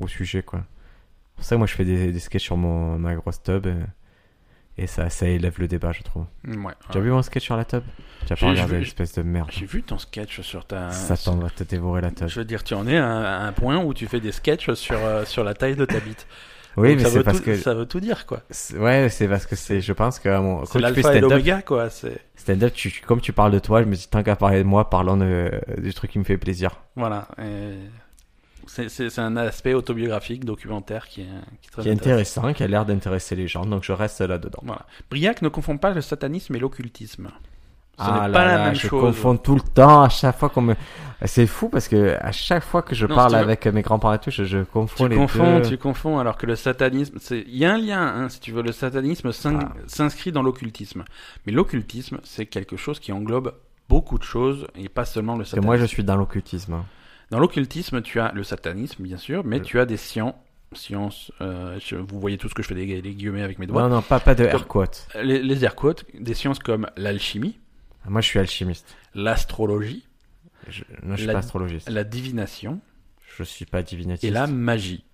Speaker 2: au sujet, quoi. C'est pour ça que moi, je fais des, des sketchs sur mon, ma grosse tub et, et ça, ça élève le débat, je trouve.
Speaker 1: Ouais.
Speaker 2: Tu as vu mon sketch sur la tub Tu as
Speaker 1: J'ai-
Speaker 2: pas
Speaker 1: j'ai
Speaker 2: regardé
Speaker 1: vu-
Speaker 2: l'espèce de merde.
Speaker 1: J'ai vu ton sketch sur ta.
Speaker 2: Satan va te dévorer la tub.
Speaker 1: Je veux dire, tu en es à un, à un point où tu fais des sketchs sur, euh, sur la taille de ta bite.
Speaker 2: Oui,
Speaker 1: Donc
Speaker 2: mais
Speaker 1: ça
Speaker 2: c'est
Speaker 1: veut
Speaker 2: parce
Speaker 1: tout-
Speaker 2: que.
Speaker 1: ça veut tout dire, quoi.
Speaker 2: c'est- Ouais, c'est parce que c'est. Je pense que. Mon...
Speaker 1: C'est
Speaker 2: quand tu fais
Speaker 1: l'alpha et
Speaker 2: stand-up,
Speaker 1: l'oméga, quoi. C'est
Speaker 2: Stand-up, tu, comme tu parles de toi, je me dis tant qu'à parler de moi, parlons de, du truc qui me fait plaisir.
Speaker 1: voilà. et C'est c'est- c'est un aspect autobiographique, documentaire qui est, qui est très
Speaker 2: Qui est intéressant, qui a l'air d'intéresser les gens, donc je reste là-dedans.
Speaker 1: Voilà. Briac ne confond pas le satanisme et l'occultisme. Ce
Speaker 2: Ah
Speaker 1: n'est
Speaker 2: là
Speaker 1: pas la
Speaker 2: là,
Speaker 1: même
Speaker 2: je
Speaker 1: chose.
Speaker 2: confonds tout le temps, à chaque fois qu'on me... C'est fou parce que à chaque fois que je
Speaker 1: Non,
Speaker 2: parle
Speaker 1: si tu veux-
Speaker 2: avec mes grands-parents et tout, je, je confonds
Speaker 1: Tu
Speaker 2: les
Speaker 1: confonds,
Speaker 2: deux.
Speaker 1: tu confonds, alors que le satanisme, c'est, il y a un lien, hein, si tu veux, le satanisme s'in-
Speaker 2: Ah.
Speaker 1: s'inscrit dans l'occultisme. Mais l'occultisme, c'est quelque chose qui englobe beaucoup de choses et pas seulement le
Speaker 2: Parce que
Speaker 1: satanisme.
Speaker 2: moi, je suis dans l'occultisme. hein.
Speaker 1: Dans l'occultisme, tu as le satanisme, bien sûr, mais
Speaker 2: Le-
Speaker 1: tu as des sciences. Sciences, euh, je- vous voyez tout ce que je fais des, des guillemets avec mes doigts.
Speaker 2: Non, non, pas, pas de
Speaker 1: Comme-
Speaker 2: air quotes.
Speaker 1: Les, les air quotes, des sciences comme l'alchimie,
Speaker 2: Moi, je suis alchimiste.
Speaker 1: l'astrologie,
Speaker 2: Je, non, je suis
Speaker 1: La-
Speaker 2: pas astrologiste.
Speaker 1: la divination
Speaker 2: Je suis pas divinatiste.
Speaker 1: et la magie.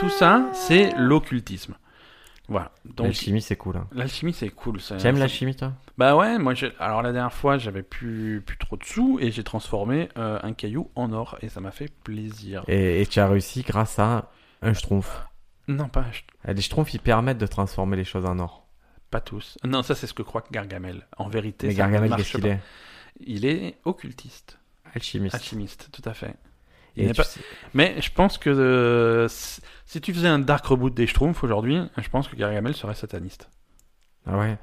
Speaker 1: Tout ça, c'est l'occultisme. Voilà. Donc
Speaker 2: L'alchimie, c'est cool. hein.
Speaker 1: l'alchimie, c'est cool. ça-
Speaker 2: Tu aimes
Speaker 1: Euh, ça-
Speaker 2: l'alchimie, toi
Speaker 1: Bah ouais, moi, j'ai- alors la dernière fois, j'avais plus, plus trop de sous et j'ai transformé euh, un caillou en or et ça m'a fait plaisir.
Speaker 2: et, et tu as réussi grâce à un schtroumpf.
Speaker 1: Non, pas,
Speaker 2: Les schtroumpfs, ils permettent de transformer les choses en or.
Speaker 1: pas tous. Non, ça, c'est ce que croit Gargamel. En vérité,
Speaker 2: Mais
Speaker 1: ça ne
Speaker 2: Gargamel,
Speaker 1: marche
Speaker 2: qu'est-ce qu'il
Speaker 1: pas.
Speaker 2: est
Speaker 1: Il est occultiste,
Speaker 2: Alchimiste.
Speaker 1: alchimiste, tout à fait. Il
Speaker 2: Et
Speaker 1: n'est
Speaker 2: tu
Speaker 1: pas-
Speaker 2: sais-
Speaker 1: Mais je pense que euh, si si tu faisais un dark reboot des Schtroumpfs aujourd'hui, je pense que Gargamel serait
Speaker 2: [laughs]
Speaker 1: sataniste.
Speaker 2: Ah ouais.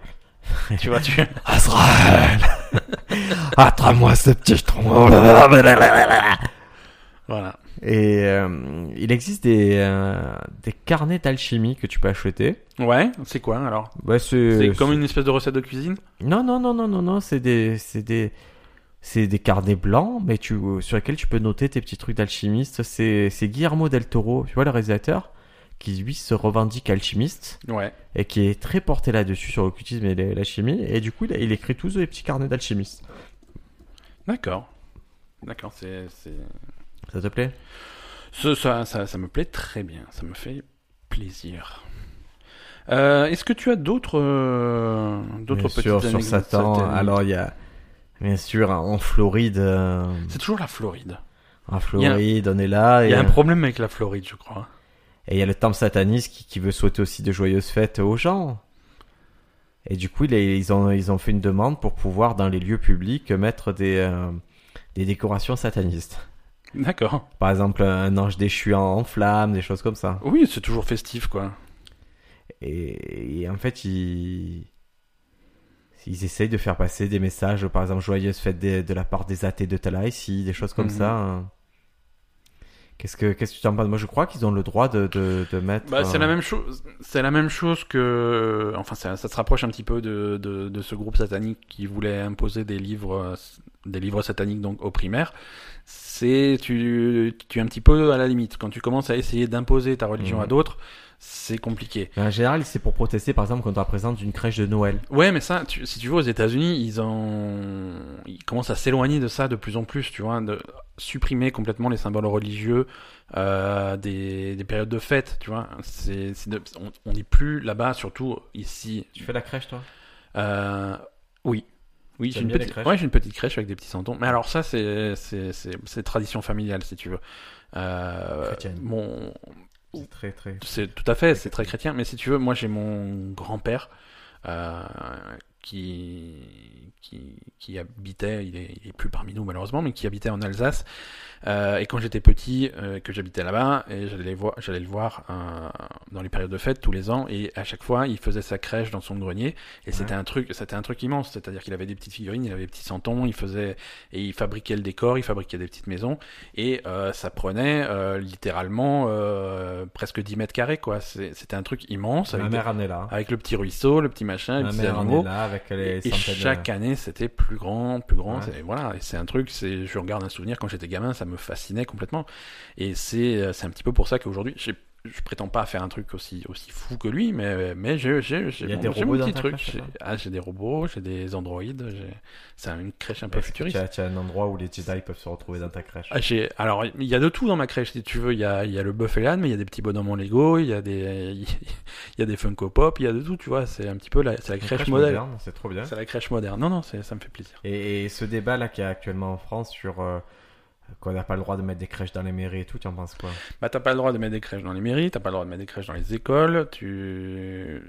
Speaker 1: tu vois, tu...
Speaker 2: Azrael [laughs] Attrape-moi ce petit schtroumpf
Speaker 1: voilà.
Speaker 2: [laughs] Et euh, il existe des, euh, des carnets d'alchimie que tu peux acheter.
Speaker 1: Ouais, c'est quoi alors
Speaker 2: Bah,
Speaker 1: C'est
Speaker 2: c'est
Speaker 1: comme une espèce de recette de cuisine
Speaker 2: Non, non, non, non, non, non, c'est des, c'est des, c'est des carnets blancs, mais tu, sur lesquels tu peux noter tes petits trucs d'alchimiste. C'est, c'est Guillermo del Toro, tu vois, le réalisateur, qui lui se revendique alchimiste
Speaker 1: Ouais.
Speaker 2: et qui est très porté là-dessus sur l'occultisme et la la chimie. Et du coup, il, il écrit tous les petits carnets d'alchimistes.
Speaker 1: D'accord. D'accord, c'est... c'est-
Speaker 2: Ça te plaît
Speaker 1: Ce- Ça, ça, ça me plaît très bien, ça me fait plaisir. Euh, Est-ce que tu as d'autres euh, d'autres
Speaker 2: Bien
Speaker 1: petites
Speaker 2: sûr, sur
Speaker 1: anecdotes
Speaker 2: Satan.
Speaker 1: sataniques
Speaker 2: Alors, il y a, bien sûr, en Floride, euh,
Speaker 1: C'est toujours la Floride.
Speaker 2: en Floride, on est là.
Speaker 1: Il
Speaker 2: Et, euh,
Speaker 1: y a un problème avec la Floride, je crois.
Speaker 2: Et il y a le temple sataniste qui, qui veut souhaiter aussi de joyeuses fêtes aux gens. Et du coup, il est- ils ont, ils ont fait une demande pour pouvoir, dans les lieux publics, mettre des, euh, des décorations satanistes.
Speaker 1: D'accord.
Speaker 2: Par exemple, un ange déchu en, en flammes, des choses comme ça.
Speaker 1: Oui, c'est toujours festif, quoi.
Speaker 2: Et, et en fait, ils, ils essayent de faire passer des messages, par exemple, joyeuses fêtes des- de la part des athées de Tala ici, des choses comme
Speaker 1: Mhm.
Speaker 2: ça. hein. Qu'est-ce que, qu'est-ce que tu t'en penses Moi, je crois qu'ils ont le droit de, de, de mettre.
Speaker 1: Bah, c'est la
Speaker 2: euh,
Speaker 1: même chose. C'est la même chose que. euh, Enfin, ça, ça se rapproche un petit peu de, de, de ce groupe satanique qui voulait imposer des livres, euh, des livres sataniques donc aux primaires. C'est tu, tu es un petit peu à la limite quand tu commences à essayer d'imposer ta religion
Speaker 2: Mhm.
Speaker 1: à d'autres. C'est compliqué.
Speaker 2: Mais en général, c'est pour protester, par exemple, contre la présence d'une crèche de Noël.
Speaker 1: Ouais, mais ça, tu- si tu veux, aux États-Unis, ils ont, ils commencent à s'éloigner de ça de plus en plus, tu vois, de supprimer complètement les symboles religieux euh, des, des périodes de fête, tu vois. C'est, c'est de- on- on n'est plus là-bas, surtout ici.
Speaker 2: Tu fais la crèche, toi
Speaker 1: Euh, oui. Oui, j'ai
Speaker 2: T'aimes
Speaker 1: une,
Speaker 2: bien les
Speaker 1: petite...
Speaker 2: crèches
Speaker 1: ouais, j'ai une petite crèche avec des petits santons. Mais alors ça, c'est c'est- c'est- c'est tradition familiale, si tu veux. Euh,
Speaker 2: Chrétienne.
Speaker 1: mon,
Speaker 2: C'est très, très.
Speaker 1: c'est tout à fait, c'est très chrétien. Mais si tu veux, moi j'ai mon grand-père euh, qui, qui, qui habitait, il est, il est plus parmi nous malheureusement, mais qui habitait en Alsace. Euh, et quand j'étais petit, euh, que j'habitais là-bas, et j'allais voir, j'allais le voir euh, dans les périodes de fête tous les ans, et à chaque fois, il faisait sa crèche dans son grenier, et c'était un truc, c'était un truc immense, c'est-à-dire qu'il avait des petites figurines, il avait des petits santons, il faisait, et il fabriquait le décor, il fabriquait des petites maisons, et euh, ça prenait euh, littéralement euh, presque 10 mètres carrés, quoi. C'est- C'était un truc immense
Speaker 2: Ma
Speaker 1: avec,
Speaker 2: mère en est là.
Speaker 1: avec le petit ruisseau, le petit machin, les
Speaker 2: Ma
Speaker 1: petits
Speaker 2: mère en est
Speaker 1: animaux.
Speaker 2: là avec les
Speaker 1: Et, et
Speaker 2: centaines de-
Speaker 1: chaque année, c'était plus grand, plus grand.
Speaker 2: Ouais.
Speaker 1: c'est- Voilà, et c'est un truc. C'est, je regarde un souvenir quand j'étais gamin, ça me fascinait complètement. Et c'est, euh, c'est un petit peu pour ça qu'aujourd'hui, j'ai- je prétends pas faire un truc aussi aussi fou que lui, mais mais j'ai j'ai j'ai
Speaker 2: Il y a
Speaker 1: mon,
Speaker 2: des
Speaker 1: j'ai mon
Speaker 2: robots dans
Speaker 1: petit
Speaker 2: ta
Speaker 1: truc.
Speaker 2: crèche,
Speaker 1: J'ai,
Speaker 2: là
Speaker 1: ah, j'ai des robots, j'ai des androïdes. J'ai, c'est une crèche un peu
Speaker 2: Est-ce que
Speaker 1: futuriste.
Speaker 2: Bah, Tu as, tu as un endroit où les Jedi peuvent se retrouver dans ta crèche.
Speaker 1: Ah, j'ai- Alors, il y a de tout dans ma crèche, si tu veux. Il y a, il y a le bœuf et l'âne, mais il y a des petits bonhommes en Lego, il y a des, [laughs] il y a des Funko Pop, il y a de tout, tu vois. C'est un petit peu la, c'est la
Speaker 2: Une
Speaker 1: crèche, modèle.
Speaker 2: moderne, C'est trop bien.
Speaker 1: C'est la crèche moderne. Non, non, c'est- ça me fait plaisir.
Speaker 2: Et, et ce débat là qu'il y a actuellement en France sur euh, qu'on n'a pas le droit de mettre des crèches dans les mairies et tout, tu en penses quoi
Speaker 1: Bah, t'as pas le droit de mettre des crèches dans les mairies, t'as pas le droit de mettre des crèches dans les écoles, tu.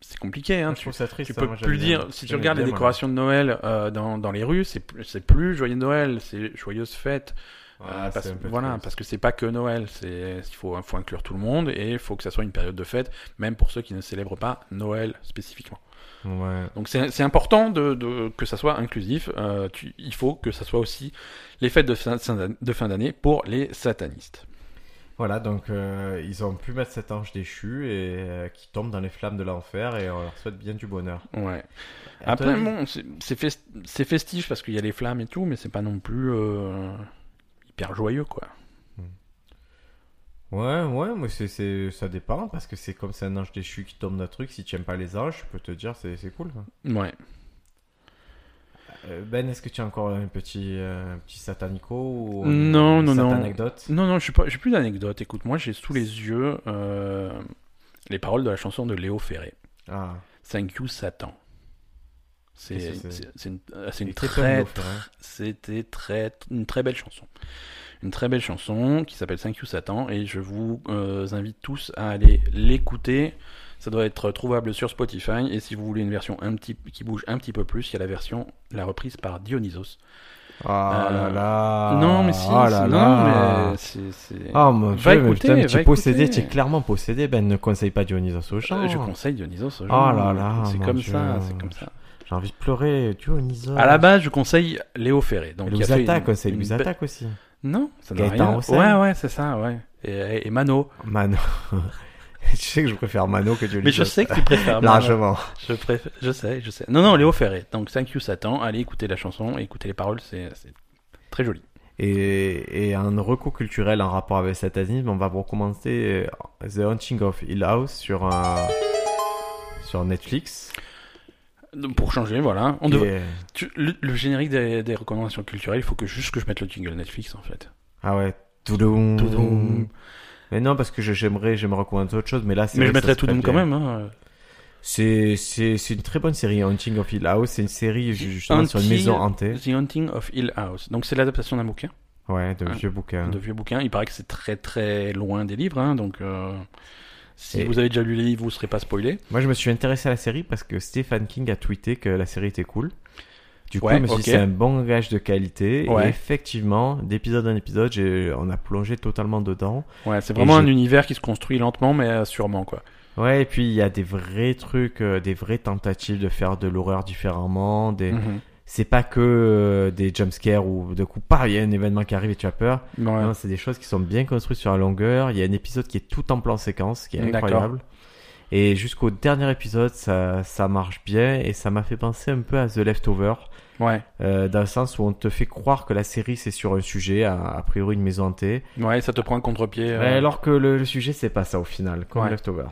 Speaker 1: C'est compliqué, hein.
Speaker 2: Moi, Je
Speaker 1: Tu,
Speaker 2: trouve ça triste.
Speaker 1: tu
Speaker 2: hein,
Speaker 1: peux
Speaker 2: moi, j'aime
Speaker 1: plus
Speaker 2: bien.
Speaker 1: dire. Si tu
Speaker 2: J'aime
Speaker 1: regardes les
Speaker 2: bien, moi.
Speaker 1: décorations de Noël euh, dans, dans les rues, c'est plus- c'est plus Joyeux Noël, c'est Joyeuse Fête.
Speaker 2: Ouais,
Speaker 1: Euh, parce,
Speaker 2: Ah, c'est un peu
Speaker 1: voilà,
Speaker 2: triste.
Speaker 1: parce que c'est pas que Noël, c'est il faut, faut inclure tout le monde et il faut que ça soit une période de fête, même pour ceux qui ne célèbrent pas Noël spécifiquement.
Speaker 2: Ouais.
Speaker 1: Donc c'est c'est important de, de- que ça soit inclusif. euh, tu- il faut que ça soit aussi les fêtes de fin- fin d'an- de fin d'année pour les satanistes.
Speaker 2: Voilà, donc euh, ils ont pu mettre cet ange déchu et euh, qui tombe dans les flammes de l'enfer et on leur souhaite bien du bonheur.
Speaker 1: Ouais.
Speaker 2: Et à ton
Speaker 1: Après
Speaker 2: avis-
Speaker 1: bon, c'est- c'est fes- c'est festif parce qu'il y a les flammes et tout, mais c'est pas non plus euh, hyper joyeux quoi.
Speaker 2: Ouais, ouais, mais c'est, c'est- ça dépend parce que c'est comme c'est un ange déchu qui tombe d'un truc. Si tu aimes pas les anges, je peux te dire c'est, c'est cool. quoi.
Speaker 1: Ouais.
Speaker 2: Euh, Ben, est-ce que tu as encore un petit, euh, un petit satanico ou
Speaker 1: Non, non, non.
Speaker 2: anecdote
Speaker 1: Non, non, je suis pas- j'ai plus d'anecdotes. Écoute, moi j'ai sous les yeux euh, les paroles de la chanson de Léo Ferré.
Speaker 2: Ah,
Speaker 1: Thank you Satan. C'est
Speaker 2: Qu'est-ce que c'est
Speaker 1: c'est- c'est une, euh, c'est une
Speaker 2: il est très fort,
Speaker 1: très, hein.
Speaker 2: Léo Ferré.
Speaker 1: c'était très, une très belle chanson. Une très belle chanson qui s'appelle Thank you Satan et je vous euh, invite tous à aller l'écouter. Ça doit être trouvable sur Spotify et si vous voulez une version un petit, qui bouge un petit peu plus, il y a la version, la reprise par Dionysos.
Speaker 2: Ah
Speaker 1: Euh,
Speaker 2: là là.
Speaker 1: non mais si,
Speaker 2: Ah
Speaker 1: si-
Speaker 2: là
Speaker 1: non
Speaker 2: là.
Speaker 1: mais c'est... c'est-
Speaker 2: Ah mon
Speaker 1: Va
Speaker 2: dieu, mais
Speaker 1: écouter,
Speaker 2: putain, mais
Speaker 1: va
Speaker 2: tu es possédé,
Speaker 1: écouter.
Speaker 2: tu es clairement possédé. Ben, ne conseille pas Dionysos aux gens.
Speaker 1: Euh, Je conseille Dionysos. aux gens.
Speaker 2: Ah là là,
Speaker 1: c'est
Speaker 2: mon
Speaker 1: comme
Speaker 2: Dieu.
Speaker 1: ça, c'est comme ça.
Speaker 2: J'ai envie de pleurer, Dionysos.
Speaker 1: À la base, je conseille Léo Ferré. Donc
Speaker 2: Et
Speaker 1: il a
Speaker 2: Louis
Speaker 1: fait
Speaker 2: Attaque,
Speaker 1: une-
Speaker 2: c'est
Speaker 1: une
Speaker 2: Louis
Speaker 1: be-
Speaker 2: Attaque aussi.
Speaker 1: Non, ça n'a
Speaker 2: Gaëtan
Speaker 1: rien.
Speaker 2: Roussel.
Speaker 1: Ouais, ouais, c'est ça, ouais. Et, et Mano.
Speaker 2: Mano. [laughs] tu sais que je préfère Mano que Dionysos.
Speaker 1: Mais je sais que
Speaker 2: [laughs]
Speaker 1: tu préfères Mano.
Speaker 2: Largement.
Speaker 1: Je préfère, je sais, je sais. Non, non, Léo Ferré. Donc thank you Satan. Allez écouter la chanson, écouter les paroles, c'est c'est très joli.
Speaker 2: Et, et un recours culturel en rapport avec le satanisme, on va vous recommencer euh, The Haunting of Hill House sur, un... sur Netflix. euh,
Speaker 1: Donc, pour changer, voilà. On
Speaker 2: qui
Speaker 1: devrait-
Speaker 2: est-
Speaker 1: tu- le, le générique des, des recommandations culturelles, il faut que juste que je mette le jingle Netflix en fait.
Speaker 2: Ah ouais. Toudoum.
Speaker 1: Toudoum.
Speaker 2: Mais non, parce que je- j'aimerais, j'aimerais recommander autre chose, mais là, c'est
Speaker 1: Mais je
Speaker 2: vrai que ça
Speaker 1: mettrai
Speaker 2: se
Speaker 1: tout de
Speaker 2: fait
Speaker 1: même quand
Speaker 2: bien.
Speaker 1: même. Hein.
Speaker 2: C'est, c'est, c'est une très bonne série, Haunting of Hill House. C'est une série, ju- justement, sur une
Speaker 1: Haunting-
Speaker 2: maison hantée.
Speaker 1: The Haunting of Hill House. Donc c'est l'adaptation d'un bouquin.
Speaker 2: Ouais, de
Speaker 1: Ah.
Speaker 2: vieux bouquins.
Speaker 1: de vieux bouquins. Il paraît que c'est très très loin des livres, hein, donc euh, si
Speaker 2: Et-
Speaker 1: vous avez déjà lu les livres, vous serez pas spoilé.
Speaker 2: Moi, je me suis intéressé à la série parce que Stephen King a tweeté que la série était cool. Du coup,
Speaker 1: Ouais,
Speaker 2: je me suis
Speaker 1: ok.
Speaker 2: dit, c'est un bon gage de qualité.
Speaker 1: Ouais.
Speaker 2: Et effectivement, d'épisode en épisode, j'ai- on a plongé totalement dedans.
Speaker 1: Ouais, c'est vraiment
Speaker 2: Et
Speaker 1: un
Speaker 2: je-
Speaker 1: univers qui se construit lentement mais euh, sûrement quoi.
Speaker 2: Ouais, et puis il y a des vrais trucs, euh, des vraies tentatives de faire de l'horreur différemment. Des...
Speaker 1: Mhm.
Speaker 2: C'est pas que euh, des jumpscares ou de coup, paf, il y a un événement qui arrive et tu as peur.
Speaker 1: Ouais.
Speaker 2: Non, c'est des choses qui sont bien construites sur la longueur. Il y a un épisode qui est tout en plan séquence, qui est
Speaker 1: D'accord.
Speaker 2: incroyable. Et jusqu'au dernier épisode, ça, ça marche bien et ça m'a fait penser un peu à The Leftover,
Speaker 1: ouais,
Speaker 2: euh, dans le sens où on te fait croire que la série c'est sur un sujet, a, a priori une maison hantée,
Speaker 1: ouais, ça te prend un contre-pied. euh,
Speaker 2: Mais alors que le, le sujet c'est pas ça au final, comme
Speaker 1: Ouais.
Speaker 2: Leftover.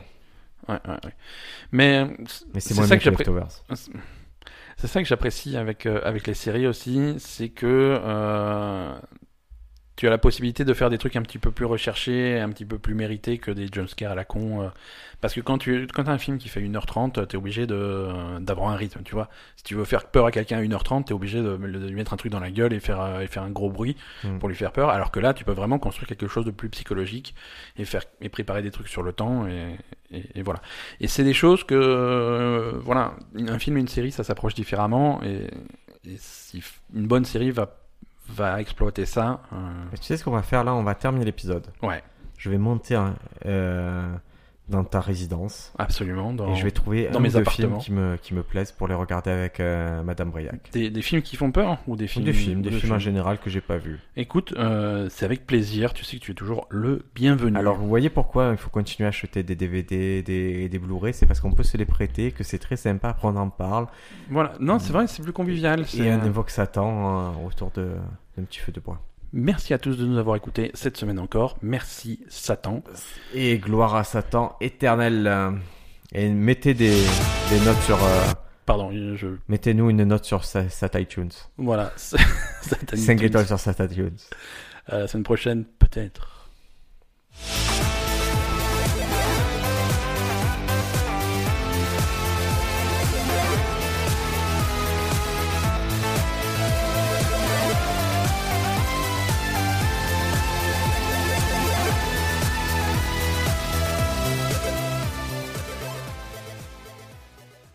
Speaker 1: ouais, ouais, ouais. Mais euh,
Speaker 2: Mais
Speaker 1: C'est
Speaker 2: c'est moins
Speaker 1: ça
Speaker 2: bien
Speaker 1: que j'appré-
Speaker 2: que, Leftovers.
Speaker 1: C'est ça que j'apprécie avec, euh, avec les séries aussi, c'est que euh, tu as la possibilité de faire des trucs un petit peu plus recherchés, un petit peu plus mérités que des jumpscares à la con. euh, parce que quand tu quand as un film qui fait 1h30, euh, t'es obligé de euh, d'avoir un rythme, tu vois. Si tu veux faire peur à quelqu'un à 1h30, t'es obligé de, de lui mettre un truc dans la gueule et faire, euh, et faire un gros bruit
Speaker 2: Mm.
Speaker 1: pour lui faire peur. Alors que là, tu peux vraiment construire quelque chose de plus psychologique et, faire, et préparer des trucs sur le temps. Et, et- et voilà. Et c'est des choses que, euh, voilà, un film et une série, ça s'approche différemment. Et, et si f- une bonne série va, va exploiter ça. euh,
Speaker 2: Et tu sais ce qu'on va faire là On va terminer l'épisode.
Speaker 1: Ouais.
Speaker 2: Je vais monter un- euh, dans ta résidence
Speaker 1: Absolument. Dans
Speaker 2: et je vais trouver
Speaker 1: dans
Speaker 2: un
Speaker 1: mes
Speaker 2: ou deux
Speaker 1: appartements.
Speaker 2: films qui me, qui me plaisent pour les regarder avec euh, Madame Briac.
Speaker 1: des, des films qui font peur ou des
Speaker 2: Ou
Speaker 1: films
Speaker 2: des films, des
Speaker 1: de
Speaker 2: films, en général que j'ai pas vus.
Speaker 1: Écoute, euh, c'est avec plaisir. Tu sais que tu es toujours le bienvenu.
Speaker 2: Alors vous voyez pourquoi il faut continuer à acheter des DVD, des, des Blu-ray, c'est parce qu'on peut se les prêter, que c'est très sympa, qu'on en parle
Speaker 1: voilà. Non, c'est vrai, c'est plus convivial.
Speaker 2: euh, et
Speaker 1: c'est- euh,
Speaker 2: on évoque Satan euh, autour de d'un petit feu de bois.
Speaker 1: Merci à tous de nous avoir écoutés cette semaine encore. Merci Satan.
Speaker 2: Et gloire à Satan éternel. Euh, Et mettez des, des notes sur, euh,
Speaker 1: Pardon, je
Speaker 2: mettez-nous une note sur sa, Sat iTunes.
Speaker 1: Voilà. [laughs] ça t'a mis
Speaker 2: 5
Speaker 1: tout.
Speaker 2: étoiles sur Sat iTunes.
Speaker 1: À la semaine prochaine, peut-être.